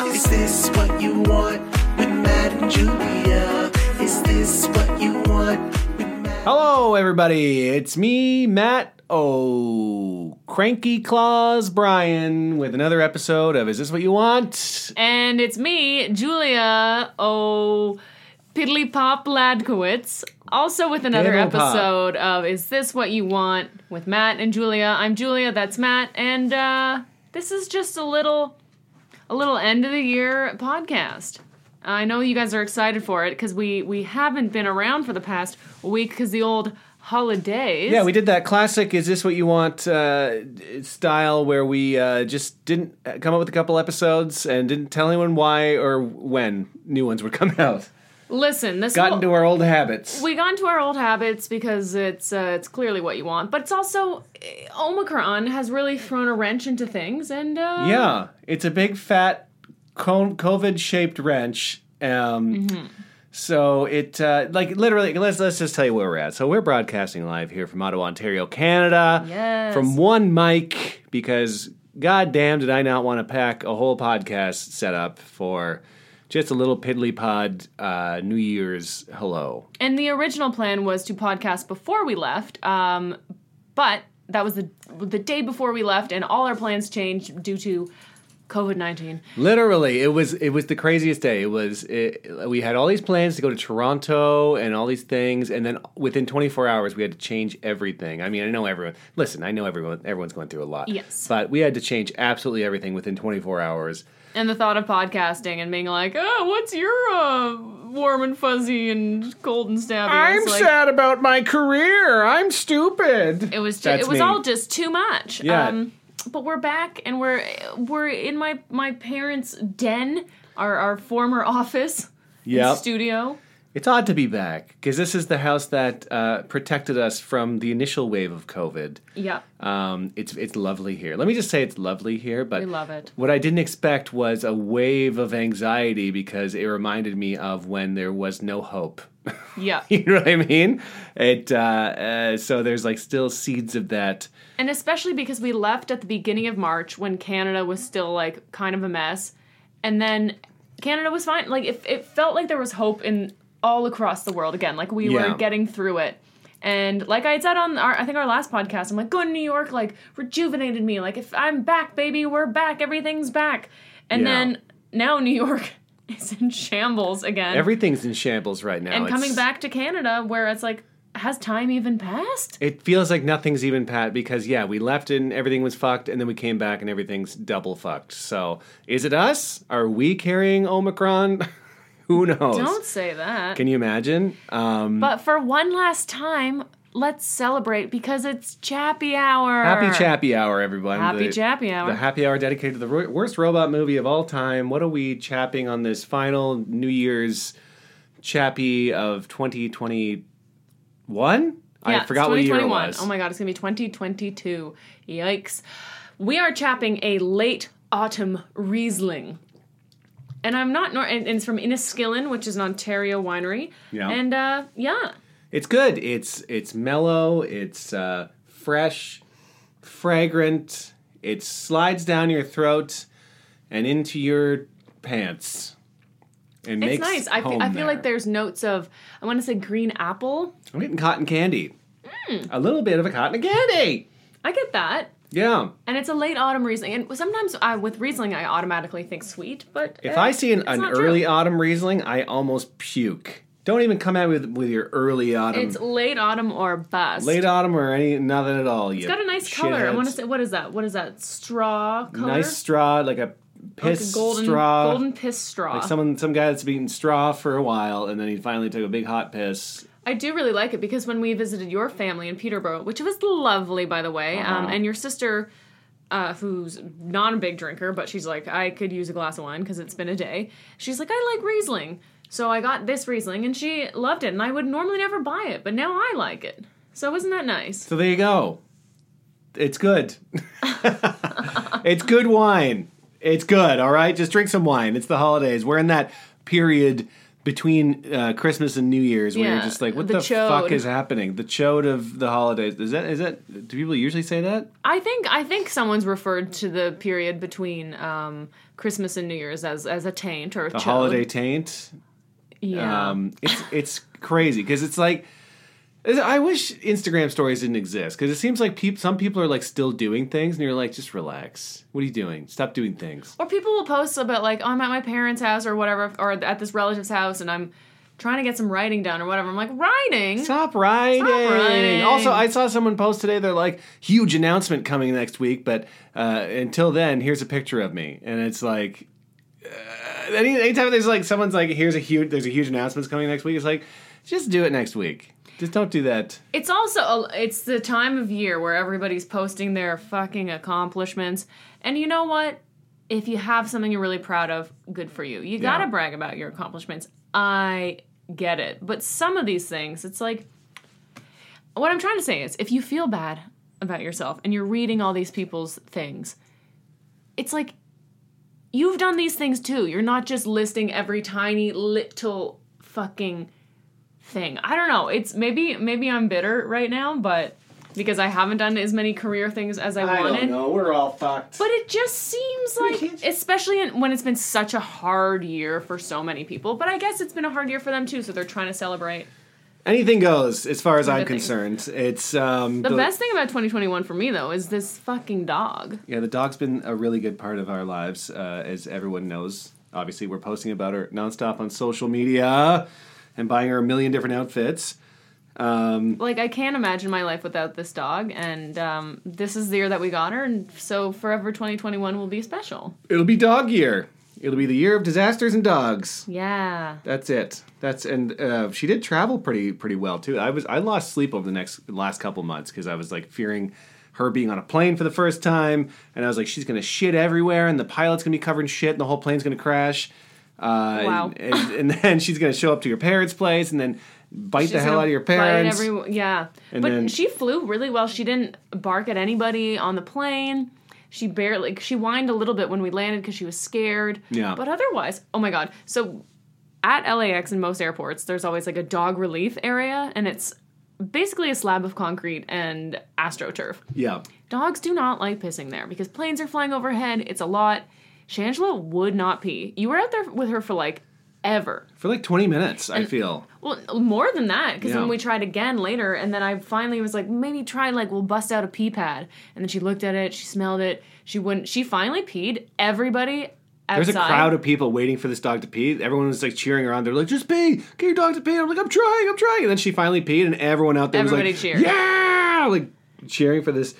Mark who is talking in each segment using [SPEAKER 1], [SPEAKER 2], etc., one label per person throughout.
[SPEAKER 1] Is this what you want with Matt and Julia? Is this what you want with Matt?
[SPEAKER 2] Hello, everybody. It's me, Matt. Oh, Cranky Claws Brian with another episode of Is This What You Want?
[SPEAKER 3] And it's me, Julia O. Piddly Pop Ladkowitz, also with another
[SPEAKER 2] Piddle Pop.
[SPEAKER 3] episode of Is This What You Want with Matt and Julia. I'm Julia, that's Matt, and uh, this is just a little a little end of the year podcast. I know you guys are excited for it because we we haven't been around for the past week because the old holidays.
[SPEAKER 2] Yeah, we did that classic Is This What You Want uh, style where we uh, just didn't come up with a couple episodes and didn't tell anyone why or when new ones would come out.
[SPEAKER 3] listen. This
[SPEAKER 2] Got
[SPEAKER 3] whole-
[SPEAKER 2] into our old habits.
[SPEAKER 3] we got into our old habits because it's uh, it's clearly what you want, but it's also eh, Omicron has really thrown a wrench into things, and uh,
[SPEAKER 2] Yeah, it's a big fat COVID shaped wrench. Um, So it uh, like literally let's let's just tell you where we're at. So we're broadcasting live here from Ottawa, Ontario, Canada,
[SPEAKER 3] Yes.
[SPEAKER 2] from one mic because goddamn did I not want to pack a whole podcast setup for just a little piddly pod uh, New Year's hello.
[SPEAKER 3] and the original plan was to podcast before we left, um, but that was the the day before we left, and all our plans changed due to COVID nineteen.
[SPEAKER 2] Literally, it was it was the craziest day. It was it, we had all these plans to go to Toronto and all these things, and then within 24 hours we had to change everything. I mean, I know everyone. Listen, I know everyone. Everyone's going through a lot.
[SPEAKER 3] Yes.
[SPEAKER 2] but we had to change absolutely everything within 24 hours.
[SPEAKER 3] And the thought of podcasting and being like, "Oh, what's your uh, warm and fuzzy and cold and stabby?" It's like-
[SPEAKER 2] about my career. I'm stupid.
[SPEAKER 3] It was ju-
[SPEAKER 2] That's
[SPEAKER 3] it was
[SPEAKER 2] me.
[SPEAKER 3] all just too much.
[SPEAKER 2] Yeah.
[SPEAKER 3] Um, but we're back and we're we're in my my parents' den, our our former office
[SPEAKER 2] Yep.
[SPEAKER 3] studio.
[SPEAKER 2] It's odd to be back because this is the house that uh, protected us from the initial wave of COVID.
[SPEAKER 3] Yeah.
[SPEAKER 2] Um, it's it's lovely here. Let me just say it's lovely here, but
[SPEAKER 3] We love it.
[SPEAKER 2] What I didn't expect was a wave of anxiety because it reminded me of when there was no hope.
[SPEAKER 3] Yeah.
[SPEAKER 2] you know what I mean? It uh, uh, so there's like still seeds of that.
[SPEAKER 3] and especially because we left at the beginning of March when Canada was still like kind of a mess. And then Canada was fine. Like it, it felt like there was hope in all across the world again. Like we
[SPEAKER 2] Yeah.
[SPEAKER 3] were getting through it. And like I had said on our I think our last podcast, I'm like going to New York like rejuvenated me. Like if I'm back, baby, we're back. Everything's back. And
[SPEAKER 2] Yeah.
[SPEAKER 3] then now New York is in shambles again.
[SPEAKER 2] Everything's in shambles right now.
[SPEAKER 3] and
[SPEAKER 2] It's-
[SPEAKER 3] coming back to Canada where it's like has time even passed?
[SPEAKER 2] It feels like nothing's even pat because yeah, we left and everything was fucked, and then we came back and everything's double fucked. So is it us? Are we carrying Omicron? Who knows?
[SPEAKER 3] Don't say that.
[SPEAKER 2] Can you imagine? Um,
[SPEAKER 3] But for one last time, let's celebrate because it's Chappy Hour.
[SPEAKER 2] happy Chappy Hour, everyone.
[SPEAKER 3] Happy
[SPEAKER 2] The-
[SPEAKER 3] Chappy Hour.
[SPEAKER 2] The happy hour dedicated to the ro- worst robot movie of all time. What are we chapping on this final New Year's chappy of 2021?
[SPEAKER 3] Yeah,
[SPEAKER 2] I
[SPEAKER 3] it's
[SPEAKER 2] forgot what year it
[SPEAKER 3] 2021.
[SPEAKER 2] was.
[SPEAKER 3] Oh my god, it's gonna be 2022. Yikes. We are chapping a late autumn Riesling. And I'm not, nor- and and it's from Inniskillen, which is an Ontario winery.
[SPEAKER 2] Yeah.
[SPEAKER 3] And uh, yeah,
[SPEAKER 2] It's good. It's it's mellow. It's uh, fresh, fragrant. It slides down your throat and into your pants. And
[SPEAKER 3] it's
[SPEAKER 2] makes
[SPEAKER 3] nice. I fe-
[SPEAKER 2] home
[SPEAKER 3] I feel like
[SPEAKER 2] there.
[SPEAKER 3] there's notes of, I want to say green apple.
[SPEAKER 2] I'm getting cotton candy.
[SPEAKER 3] Mm.
[SPEAKER 2] A little bit of a cotton candy.
[SPEAKER 3] I get that.
[SPEAKER 2] Yeah.
[SPEAKER 3] And it's a late autumn Riesling. And sometimes I, with Riesling, I automatically think sweet, but.
[SPEAKER 2] If
[SPEAKER 3] eh,
[SPEAKER 2] I see an,
[SPEAKER 3] it's
[SPEAKER 2] an
[SPEAKER 3] not true.
[SPEAKER 2] early autumn Riesling, I almost puke. Don't even come out with with your early autumn,
[SPEAKER 3] It's late autumn or bust.
[SPEAKER 2] Um, late autumn, or any nothing at all. It's
[SPEAKER 3] it's got a nice color. I want to say, what is that? What is that? Straw color?
[SPEAKER 2] nice straw, like a
[SPEAKER 3] Like
[SPEAKER 2] piss
[SPEAKER 3] a golden,
[SPEAKER 2] straw,
[SPEAKER 3] golden piss straw.
[SPEAKER 2] like someone, some guy that's been eating straw for a while, and then he finally took a big hot piss.
[SPEAKER 3] I do really like it because when we visited your family in Peterborough, which was lovely, by the way,
[SPEAKER 2] Uh-huh.
[SPEAKER 3] um, and your sister, uh, who's not a big drinker, but she's like, I could use a glass of wine because it's been a day. She's like, I like Riesling. So I got this Riesling and she loved it, and I would normally never buy it, but now I like it. So isn't that nice?
[SPEAKER 2] So there you go. It's good. it's good wine. It's good. All right, just drink some wine. It's the holidays. We're in that period between uh, Christmas and New Year's, where you're
[SPEAKER 3] Yeah,
[SPEAKER 2] just like, what
[SPEAKER 3] the
[SPEAKER 2] the, fuck
[SPEAKER 3] chode.
[SPEAKER 2] is happening? The chode of the holidays. Is that is that? Do people usually say that?
[SPEAKER 3] I think I think someone's referred to the period between um, Christmas and New Year's as as a taint or a
[SPEAKER 2] The holiday um, taint.
[SPEAKER 3] Yeah.
[SPEAKER 2] Um, it's it's crazy because it's like. it's- I wish Instagram stories didn't exist because it seems like peop- some people are like still doing things, and you're like, just relax. What are you doing? Stop doing things.
[SPEAKER 3] or people will post about like, oh, I'm at my parents' house or whatever, or at this relative's house, and I'm trying to get some writing done or whatever. I'm like, writing.
[SPEAKER 2] Stop writing.
[SPEAKER 3] writing.
[SPEAKER 2] Also, I saw someone post today. They're like, huge announcement coming next week, but uh, until then, here's a picture of me, and it's like. Uh, any, anytime there's like someone's like here's a huge there's a huge announcement coming next week it's like just do it next week just don't do that
[SPEAKER 3] It's also a, it's the time of year where everybody's posting their fucking accomplishments, and you know what? If you have something you're really proud of, good for you. You gotta
[SPEAKER 2] Yeah.
[SPEAKER 3] brag about your accomplishments. I get it, but some of these things, it's like what I'm trying to say is, if you feel bad about yourself and you're reading all these people's things, it's like you've done these things too. You're not just listing every tiny little fucking thing. I don't know. It's maybe maybe I'm bitter right now, but because I haven't done as many career things as I, wanted.
[SPEAKER 2] know we're all fucked
[SPEAKER 3] But it just seems
[SPEAKER 2] can't-
[SPEAKER 3] like, especially in, when it's been such a hard year for so many people. But I guess it's been a hard year for them too, so they're trying to celebrate.
[SPEAKER 2] anything goes as far as I'm
[SPEAKER 3] Everything.
[SPEAKER 2] concerned it's um
[SPEAKER 3] The best thing about 2021 for me though is this fucking dog.
[SPEAKER 2] Yeah, the dog's been a really good part of our lives, uh, as everyone knows. Obviously, we're posting about her nonstop on social media and buying her a million different outfits. Um,
[SPEAKER 3] Like I can't imagine my life without this dog, and um, this is the year that we got her, and so forever 2021 will be special.
[SPEAKER 2] it'll be dog year. It'll be the year of disasters and dogs.
[SPEAKER 3] Yeah.
[SPEAKER 2] That's it. That's and uh, she did travel pretty pretty well too. I was I lost sleep over the next last couple months because I was like fearing her being on a plane for the first time, and I was like she's gonna shit everywhere, and the pilot's gonna be covered in shit, and the whole plane's gonna crash. Uh,
[SPEAKER 3] Wow.
[SPEAKER 2] And, and, and then she's gonna show up to your parents' place, and then bite the
[SPEAKER 3] She's
[SPEAKER 2] hell
[SPEAKER 3] gonna
[SPEAKER 2] out of your
[SPEAKER 3] bite
[SPEAKER 2] parents.
[SPEAKER 3] everyone- yeah.
[SPEAKER 2] And
[SPEAKER 3] but
[SPEAKER 2] then-
[SPEAKER 3] she flew really well. She didn't bark at anybody on the plane. She barely she whined a little bit when we landed because she was scared.
[SPEAKER 2] Yeah.
[SPEAKER 3] But otherwise, oh my god. So at LAX in most airports, there's always like a dog relief area, and it's basically a slab of concrete and astroturf.
[SPEAKER 2] yeah.
[SPEAKER 3] Dogs do not like pissing there because planes are flying overhead. It's a lot. Shangela would not pee. You were out there with her for like ever.
[SPEAKER 2] For like twenty minutes, I feel.
[SPEAKER 3] Well, more than that, because
[SPEAKER 2] Yeah.
[SPEAKER 3] when we tried again later, and then I finally was like, maybe try like we'll bust out a pee pad, and then she looked at it, she smelled it, she wouldn't. She finally peed. Everybody outside.
[SPEAKER 2] There's a crowd of people waiting for this dog to pee. Everyone was like cheering her on. They're like, "Just pee! Get your dog to pee!" I'm like, "I'm trying, I'm trying." And then she finally peed, and everyone out there
[SPEAKER 3] Everybody
[SPEAKER 2] was like,
[SPEAKER 3] cheered.
[SPEAKER 2] "Yeah!" Like cheering for this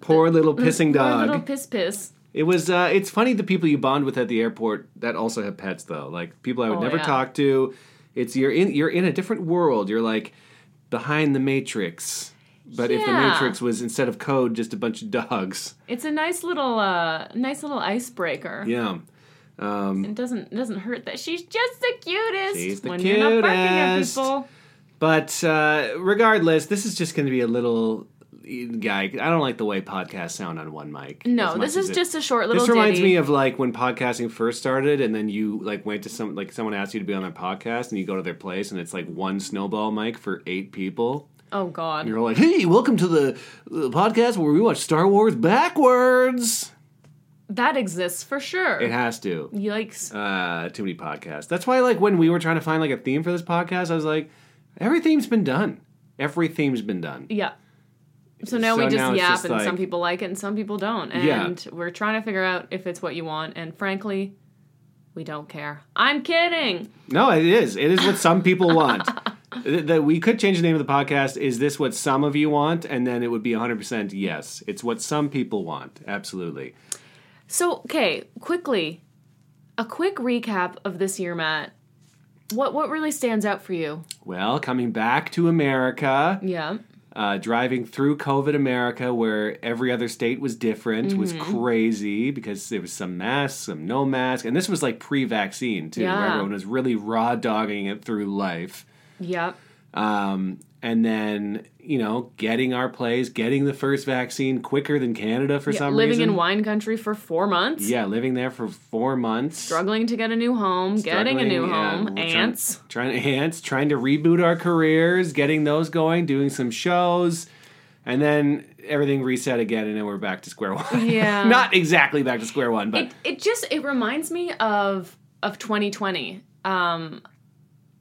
[SPEAKER 2] poor little pissing
[SPEAKER 3] Poor
[SPEAKER 2] dog.
[SPEAKER 3] little piss piss.
[SPEAKER 2] It was. Uh, it's funny the people you bond with at the airport that also have pets, though. Like people I would
[SPEAKER 3] Oh,
[SPEAKER 2] never
[SPEAKER 3] yeah.
[SPEAKER 2] talk to. It's you're in you're in a different world. You're like behind the matrix. But if the
[SPEAKER 3] Yeah.
[SPEAKER 2] matrix was instead of code, just a bunch of dogs.
[SPEAKER 3] It's a nice little, uh, nice little icebreaker.
[SPEAKER 2] Yeah.
[SPEAKER 3] It doesn't it doesn't hurt that she's just the cutest.
[SPEAKER 2] She's the
[SPEAKER 3] when you're not barking at
[SPEAKER 2] cutest.
[SPEAKER 3] people.
[SPEAKER 2] But uh, regardless, this is just going to be a little guy. I don't like the way podcasts sound on one mic. as
[SPEAKER 3] No,
[SPEAKER 2] much
[SPEAKER 3] this
[SPEAKER 2] as
[SPEAKER 3] is
[SPEAKER 2] it-
[SPEAKER 3] just a short little.
[SPEAKER 2] This reminds
[SPEAKER 3] ditty.
[SPEAKER 2] me of like when podcasting first started, and then you like went to some like someone asked you to be on their podcast, and you go to their place, and it's like one snowball mic for eight people.
[SPEAKER 3] Oh God.
[SPEAKER 2] You're like, hey, welcome to the, the podcast where we watch Star Wars backwards.
[SPEAKER 3] That exists for sure.
[SPEAKER 2] It has to.
[SPEAKER 3] Yikes.
[SPEAKER 2] Uh, too many podcasts. That's why, like, when we were trying to find like a theme for this podcast, I was like, every theme's been done. Every theme's been done.
[SPEAKER 3] Yeah. So now
[SPEAKER 2] So
[SPEAKER 3] we just
[SPEAKER 2] now it's
[SPEAKER 3] yap,
[SPEAKER 2] just
[SPEAKER 3] and some
[SPEAKER 2] like-
[SPEAKER 3] people like it and some people don't.
[SPEAKER 2] Yeah.
[SPEAKER 3] And we're trying to figure out if it's what you want. And frankly, we don't care. I'm kidding.
[SPEAKER 2] No, it is. It is what some people want. Th- That we could change the name of the podcast. Is this what some of you want? And then it would be 100% yes. It's what some people want. Absolutely.
[SPEAKER 3] So, okay, quickly, a quick recap of this year, Matt. What what really stands out for you?
[SPEAKER 2] Well, coming back to America,
[SPEAKER 3] Yeah.
[SPEAKER 2] uh, driving through COVID America, where every other state was different, was crazy because there was some mask, some no mask. And this was like pre vaccine, too, where
[SPEAKER 3] Yeah.
[SPEAKER 2] everyone was really raw dogging it through life.
[SPEAKER 3] Yeah.
[SPEAKER 2] Um, and then you know getting our plays, getting the first vaccine quicker than Canada for
[SPEAKER 3] Yeah,
[SPEAKER 2] some
[SPEAKER 3] living
[SPEAKER 2] reason.
[SPEAKER 3] in wine country for four months.
[SPEAKER 2] yeah, living there for four months,
[SPEAKER 3] Struggling to get a new home, getting a new
[SPEAKER 2] Struggling, yeah,
[SPEAKER 3] home,
[SPEAKER 2] we're trying-
[SPEAKER 3] ants.
[SPEAKER 2] trying ants, trying to reboot our careers, getting those going, doing some shows, and then everything reset again, and then we're back to square one.
[SPEAKER 3] Yeah.
[SPEAKER 2] not exactly back to square one, but
[SPEAKER 3] it, it just it reminds me of of 2020 um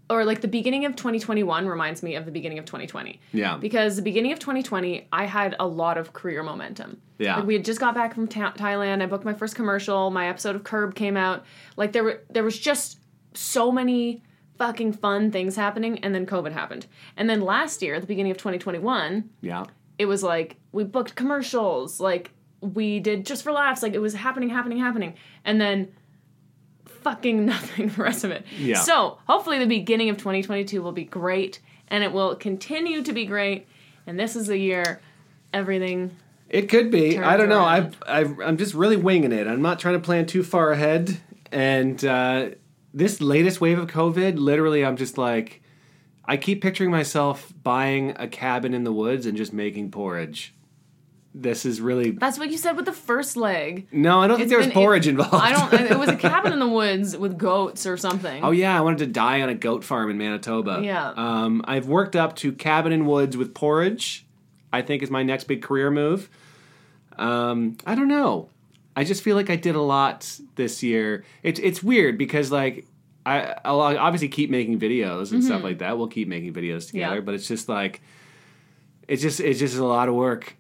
[SPEAKER 3] or like the beginning of 2021 reminds me of the beginning of 2020
[SPEAKER 2] yeah,
[SPEAKER 3] because the beginning of 2020 i had a lot of career momentum
[SPEAKER 2] Yeah.
[SPEAKER 3] like we had just got back from ta- thailand i booked my first commercial my episode of curb came out like there were there was just so many fucking fun things happening and then covid happened and then last year at the beginning of 2021
[SPEAKER 2] yeah,
[SPEAKER 3] it was like we booked commercials like we did just for laughs like it was happening happening happening and then fucking nothing the rest of it
[SPEAKER 2] Yeah.
[SPEAKER 3] so hopefully the beginning of 2022 will be great and it will continue to be great and this is the year everything
[SPEAKER 2] it could be. I
[SPEAKER 3] Turns
[SPEAKER 2] don't know. I,
[SPEAKER 3] around.
[SPEAKER 2] I, I'm just really winging it. I'm not trying to plan too far ahead, and uh, this latest wave of COVID, literally, I'm just like. I keep picturing myself buying a cabin in the woods and just making porridge. This is really
[SPEAKER 3] that's what you said with the first leg
[SPEAKER 2] No, I don't think
[SPEAKER 3] It's
[SPEAKER 2] there was
[SPEAKER 3] been-
[SPEAKER 2] porridge
[SPEAKER 3] it-
[SPEAKER 2] involved.
[SPEAKER 3] i don't it was a cabin in the woods with goats or something
[SPEAKER 2] oh yeah, I wanted to die on a goat farm in Manitoba.
[SPEAKER 3] Yeah.
[SPEAKER 2] Um, I've worked up to cabin in woods with porridge. I think is my next big career move. Um, I don't know. I just feel like I did a lot this year. It's it's weird because like I I'll obviously keep making videos and stuff like that. We'll keep making videos together,
[SPEAKER 3] Mm-hmm. Yeah.
[SPEAKER 2] but it's just like it's just it's just a lot of work.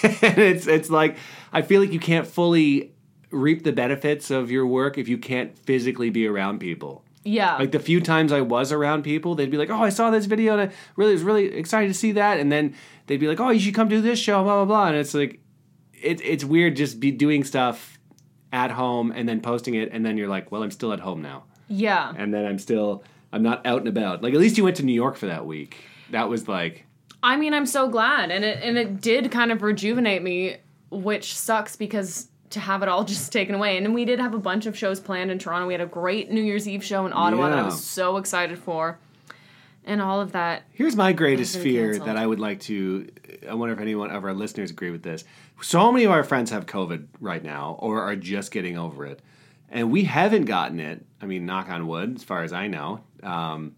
[SPEAKER 2] and it's it's like I feel like you can't fully reap the benefits of your work if you can't physically be around people.
[SPEAKER 3] yeah
[SPEAKER 2] Like the few times I was around people, they'd be like, "Oh, I saw this video and I really was really excited to see that," and then they'd be like, "Oh, you should come do this show," blah blah blah, and it's like, it, it's weird just be doing stuff at home and then posting it, and then you're like, "Well, I'm still at home now,"
[SPEAKER 3] yeah
[SPEAKER 2] and then I'm still I'm not out and about. Like at least you went to New York for that week. That was like,
[SPEAKER 3] I mean, I'm so glad, and it and it did kind of rejuvenate me, which sucks because to have it all just taken away. And we did have a bunch of shows planned in Toronto. We had a great New Year's Eve show in Ottawa that I
[SPEAKER 2] Yeah.
[SPEAKER 3] was so excited for, and all of that.
[SPEAKER 2] Here's my greatest
[SPEAKER 3] been
[SPEAKER 2] fear
[SPEAKER 3] canceled.
[SPEAKER 2] that I would like to. I wonder if anyone of our listeners agree with this. So many of our friends have COVID right now or are just getting over it. And we haven't gotten it. I mean, knock on wood, as far as I know. Um,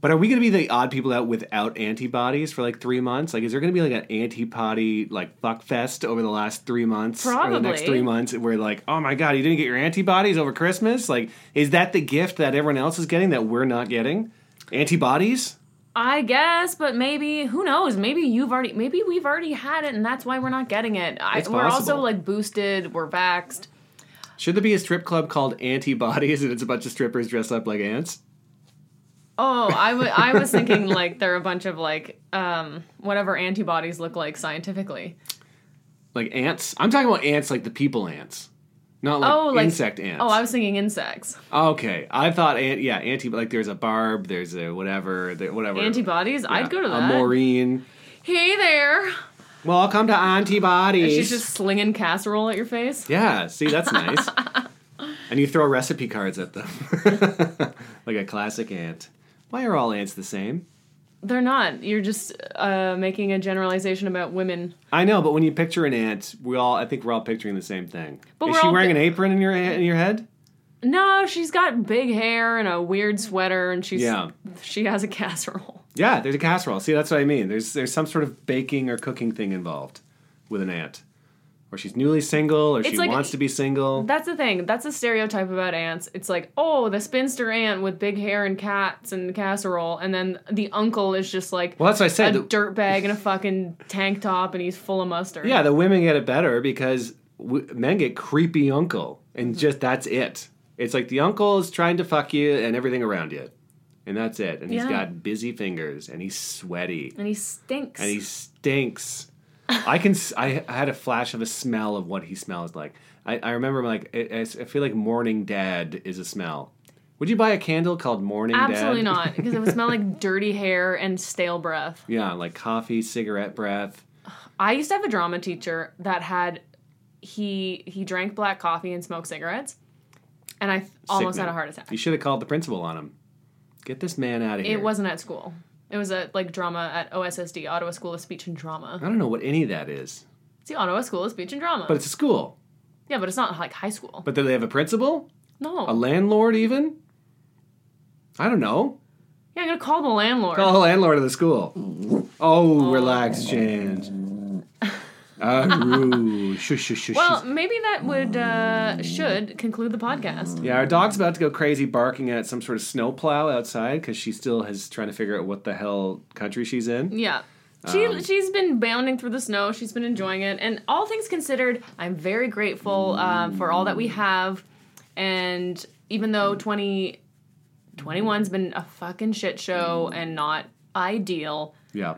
[SPEAKER 2] but are we going to be the odd people out without antibodies for like three months? Like, is there going to be like an antibody like fuck fest over the last three months or the next
[SPEAKER 3] Probably.
[SPEAKER 2] three months? Where like, oh my god, you didn't get your antibodies over Christmas? Like, is that the gift that everyone else is getting that we're not getting? Antibodies?
[SPEAKER 3] I guess, but maybe who knows? Maybe you've already, maybe we've already had it, and that's why we're not getting it. I,
[SPEAKER 2] It's
[SPEAKER 3] we're also
[SPEAKER 2] possible.
[SPEAKER 3] like boosted, we're vaxxed.
[SPEAKER 2] Should there be a strip club called Antibodies and it's a bunch of strippers dressed up like ants?
[SPEAKER 3] Oh, I wa- I was thinking like they're a bunch of like um whatever antibodies look like scientifically.
[SPEAKER 2] Like ants? I'm talking about ants like the people ants. Not like,
[SPEAKER 3] Oh, like
[SPEAKER 2] insect ants.
[SPEAKER 3] Oh, I was thinking insects.
[SPEAKER 2] okay. I thought ant yeah, anti like there's a barb, there's a whatever, there, whatever.
[SPEAKER 3] Antibodies? I'd go to that.
[SPEAKER 2] A Maureen.
[SPEAKER 3] Hey there.
[SPEAKER 2] Welcome to antibodies.
[SPEAKER 3] She's just slinging casserole at your face.
[SPEAKER 2] Yeah, see that's nice. and you throw recipe cards at them. like a classic ant. Why are all ants the same?
[SPEAKER 3] They're not. You're just uh, making a generalization about women.
[SPEAKER 2] I know, but when you picture an ant, we all I think we're all picturing the same thing.
[SPEAKER 3] But
[SPEAKER 2] Is
[SPEAKER 3] we're
[SPEAKER 2] she
[SPEAKER 3] all
[SPEAKER 2] wearing
[SPEAKER 3] thi-
[SPEAKER 2] an apron in your in your head?
[SPEAKER 3] No, she's got big hair and a weird sweater, and she's
[SPEAKER 2] Yeah.
[SPEAKER 3] she has a casserole.
[SPEAKER 2] Yeah, there's a casserole. See, that's what I mean. There's there's some sort of baking or cooking thing involved with an aunt, or she's newly single, or she
[SPEAKER 3] It's like-
[SPEAKER 2] wants to be single.
[SPEAKER 3] That's the thing. That's a stereotype about ants. It's like, oh, the spinster ant with big hair and cats and casserole, and then the uncle is just like
[SPEAKER 2] well, that's what I
[SPEAKER 3] a
[SPEAKER 2] said. The-
[SPEAKER 3] dirt bag and a fucking tank top, and he's full of mustard.
[SPEAKER 2] yeah, the women get it better because w- men get creepy uncle,
[SPEAKER 3] Mm-hmm.
[SPEAKER 2] and just that's it. It's like the uncle is trying to fuck you and everything around you, and that's it. And he's
[SPEAKER 3] Yeah.
[SPEAKER 2] got busy fingers, and he's sweaty,
[SPEAKER 3] and he stinks.
[SPEAKER 2] and he stinks. I can. s- I I had a flash of a smell of what he smells like. I, I remember like I, I s- I feel like morning dad is a smell. Would you buy a candle called morning dad?
[SPEAKER 3] Absolutely not, because it would smell like dirty hair and stale breath.
[SPEAKER 2] Yeah, like coffee, cigarette breath.
[SPEAKER 3] I used to have a drama teacher that had he he drank black coffee and smoked cigarettes, and I almost
[SPEAKER 2] Sickening.
[SPEAKER 3] had a heart attack.
[SPEAKER 2] You should have called the principal on him. Get this man out of here.
[SPEAKER 3] It wasn't at school. It was a like drama at OSSD, Ottawa School of Speech and Drama.
[SPEAKER 2] I don't know what any of that is,
[SPEAKER 3] It's the Ottawa School of Speech and Drama.
[SPEAKER 2] but it's a school.
[SPEAKER 3] yeah, but it's not like high school.
[SPEAKER 2] But do they have a principal?
[SPEAKER 3] no.
[SPEAKER 2] A landlord, even? I don't know.
[SPEAKER 3] yeah, I'm gonna call the landlord.
[SPEAKER 2] Call the landlord of the school. Oh, relax, Jan. Aroo. Shush, shush, shush,
[SPEAKER 3] well,
[SPEAKER 2] shush.
[SPEAKER 3] maybe that would uh should conclude the podcast.
[SPEAKER 2] Yeah, our dog's about to go crazy barking at some sort of snowplow outside because she still is trying to figure out what the hell country she's in.
[SPEAKER 3] Yeah. She,
[SPEAKER 2] Um,
[SPEAKER 3] she's been bounding through the snow. She's been enjoying it. And all things considered, I'm very grateful um, for all that we have. And even though 2021's been a fucking shit show and not ideal,
[SPEAKER 2] Yeah.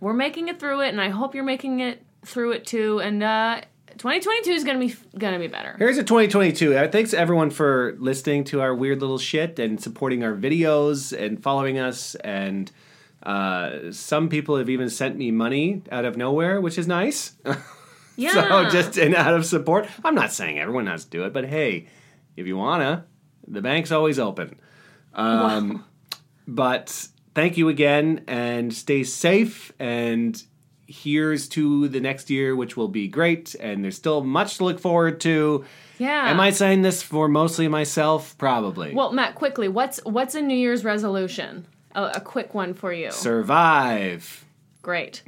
[SPEAKER 3] we're making it through it. And I hope you're making it through it too. And uh, 2022 is going to be going to be better.
[SPEAKER 2] Here's a 2022. Uh, Thanks everyone for listening to our weird little shit and supporting our videos and following us. And uh, some people have even sent me money out of nowhere, which is nice.
[SPEAKER 3] Yeah.
[SPEAKER 2] So just in out of support. I'm not saying everyone has to do it, but hey, if you wanna, the bank's always open. Um, But thank you again, and stay safe. And here's to the next year, which will be great. And there's still much to look forward to.
[SPEAKER 3] yeah.
[SPEAKER 2] Am I saying this for mostly myself? Probably.
[SPEAKER 3] Well, Matt, quickly, what's what's a New Year's resolution? A, a quick one for you.
[SPEAKER 2] survive.
[SPEAKER 3] Great.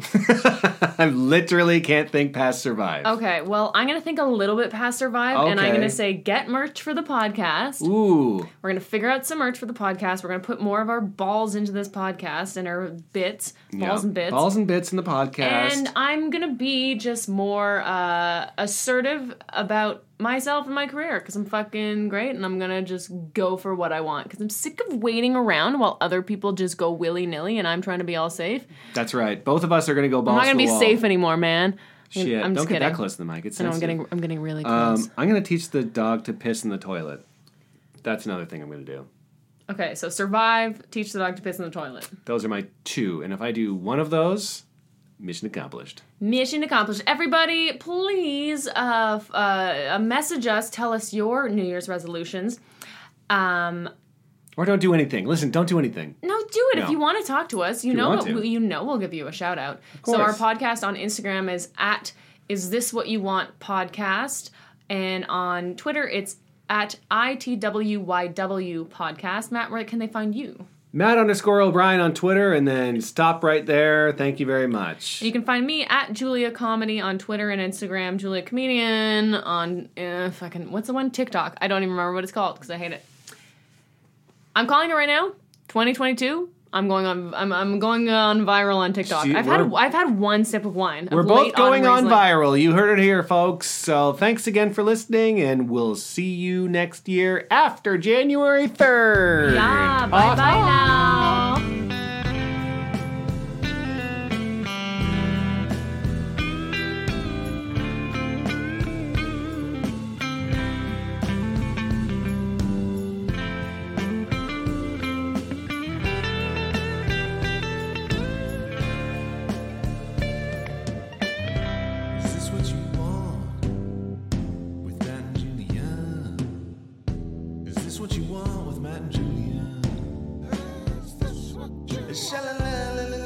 [SPEAKER 2] I literally can't think past survive.
[SPEAKER 3] Okay, well, I'm going to think a little bit past survive, and I'm
[SPEAKER 2] Okay.
[SPEAKER 3] going to say get merch for the podcast.
[SPEAKER 2] Ooh.
[SPEAKER 3] We're going to figure out some merch for the podcast. We're going to put more of our balls into this podcast and our bits,
[SPEAKER 2] Yeah.
[SPEAKER 3] balls and bits.
[SPEAKER 2] Balls and bits in the podcast.
[SPEAKER 3] and I'm going to be just more uh, assertive about myself and my career because I'm fucking great and I'm going to just go for what I want because I'm sick of waiting around while other people just go willy nilly and I'm trying to be all safe.
[SPEAKER 2] That's right. Both of us are going to go balls
[SPEAKER 3] I'm
[SPEAKER 2] to
[SPEAKER 3] not going to
[SPEAKER 2] the
[SPEAKER 3] be
[SPEAKER 2] wall.
[SPEAKER 3] safe anymore, man. I'm-
[SPEAKER 2] Shit,
[SPEAKER 3] I'm
[SPEAKER 2] don't
[SPEAKER 3] just
[SPEAKER 2] get
[SPEAKER 3] kidding.
[SPEAKER 2] that close to the mic. It's
[SPEAKER 3] I know, I'm
[SPEAKER 2] sensitive.
[SPEAKER 3] getting, I'm getting really close.
[SPEAKER 2] Um, I'm gonna teach the dog to piss in the toilet. That's another thing I'm gonna do.
[SPEAKER 3] Okay, so survive, teach the dog to piss in the toilet.
[SPEAKER 2] Those are my two, and if I do one of those, mission accomplished.
[SPEAKER 3] Mission accomplished. Everybody, please uh, f- uh, message us, tell us your New Year's resolutions. Um,
[SPEAKER 2] Or don't do anything. Listen, don't do anything.
[SPEAKER 3] no, do it if
[SPEAKER 2] No.
[SPEAKER 3] you want to talk to us. You
[SPEAKER 2] you
[SPEAKER 3] know,
[SPEAKER 2] want
[SPEAKER 3] what
[SPEAKER 2] to.
[SPEAKER 3] we- you know, we'll give you a shout out. So our
[SPEAKER 2] course.
[SPEAKER 3] podcast on Instagram is at Is This What You Want Podcast, and on Twitter it's at ITWYW Podcast. Matt, where can they find you?
[SPEAKER 2] Matt underscore O'Brien on Twitter, and then stop right there. Thank you very much.
[SPEAKER 3] You can find me at Julia Comedy on Twitter and Instagram, Julia Comedian on uh, fucking what's the one TikTok? I don't even remember what it's called because I hate it. I'm calling it right now. 2022. I'm going on. I'm, I'm going on viral on TikTok.
[SPEAKER 2] See,
[SPEAKER 3] I've had
[SPEAKER 2] we're-
[SPEAKER 3] I've had one sip of wine.
[SPEAKER 2] We're
[SPEAKER 3] of
[SPEAKER 2] both
[SPEAKER 3] late
[SPEAKER 2] going on
[SPEAKER 3] Riesling.
[SPEAKER 2] viral. You heard it here, folks. So thanks again for listening, and we'll see you next year after January 3rd.
[SPEAKER 3] Yeah. Bye bye now.
[SPEAKER 1] Is this what you want with Matt and Julia? Is this what you want with Matt and Julia? Is this what you want?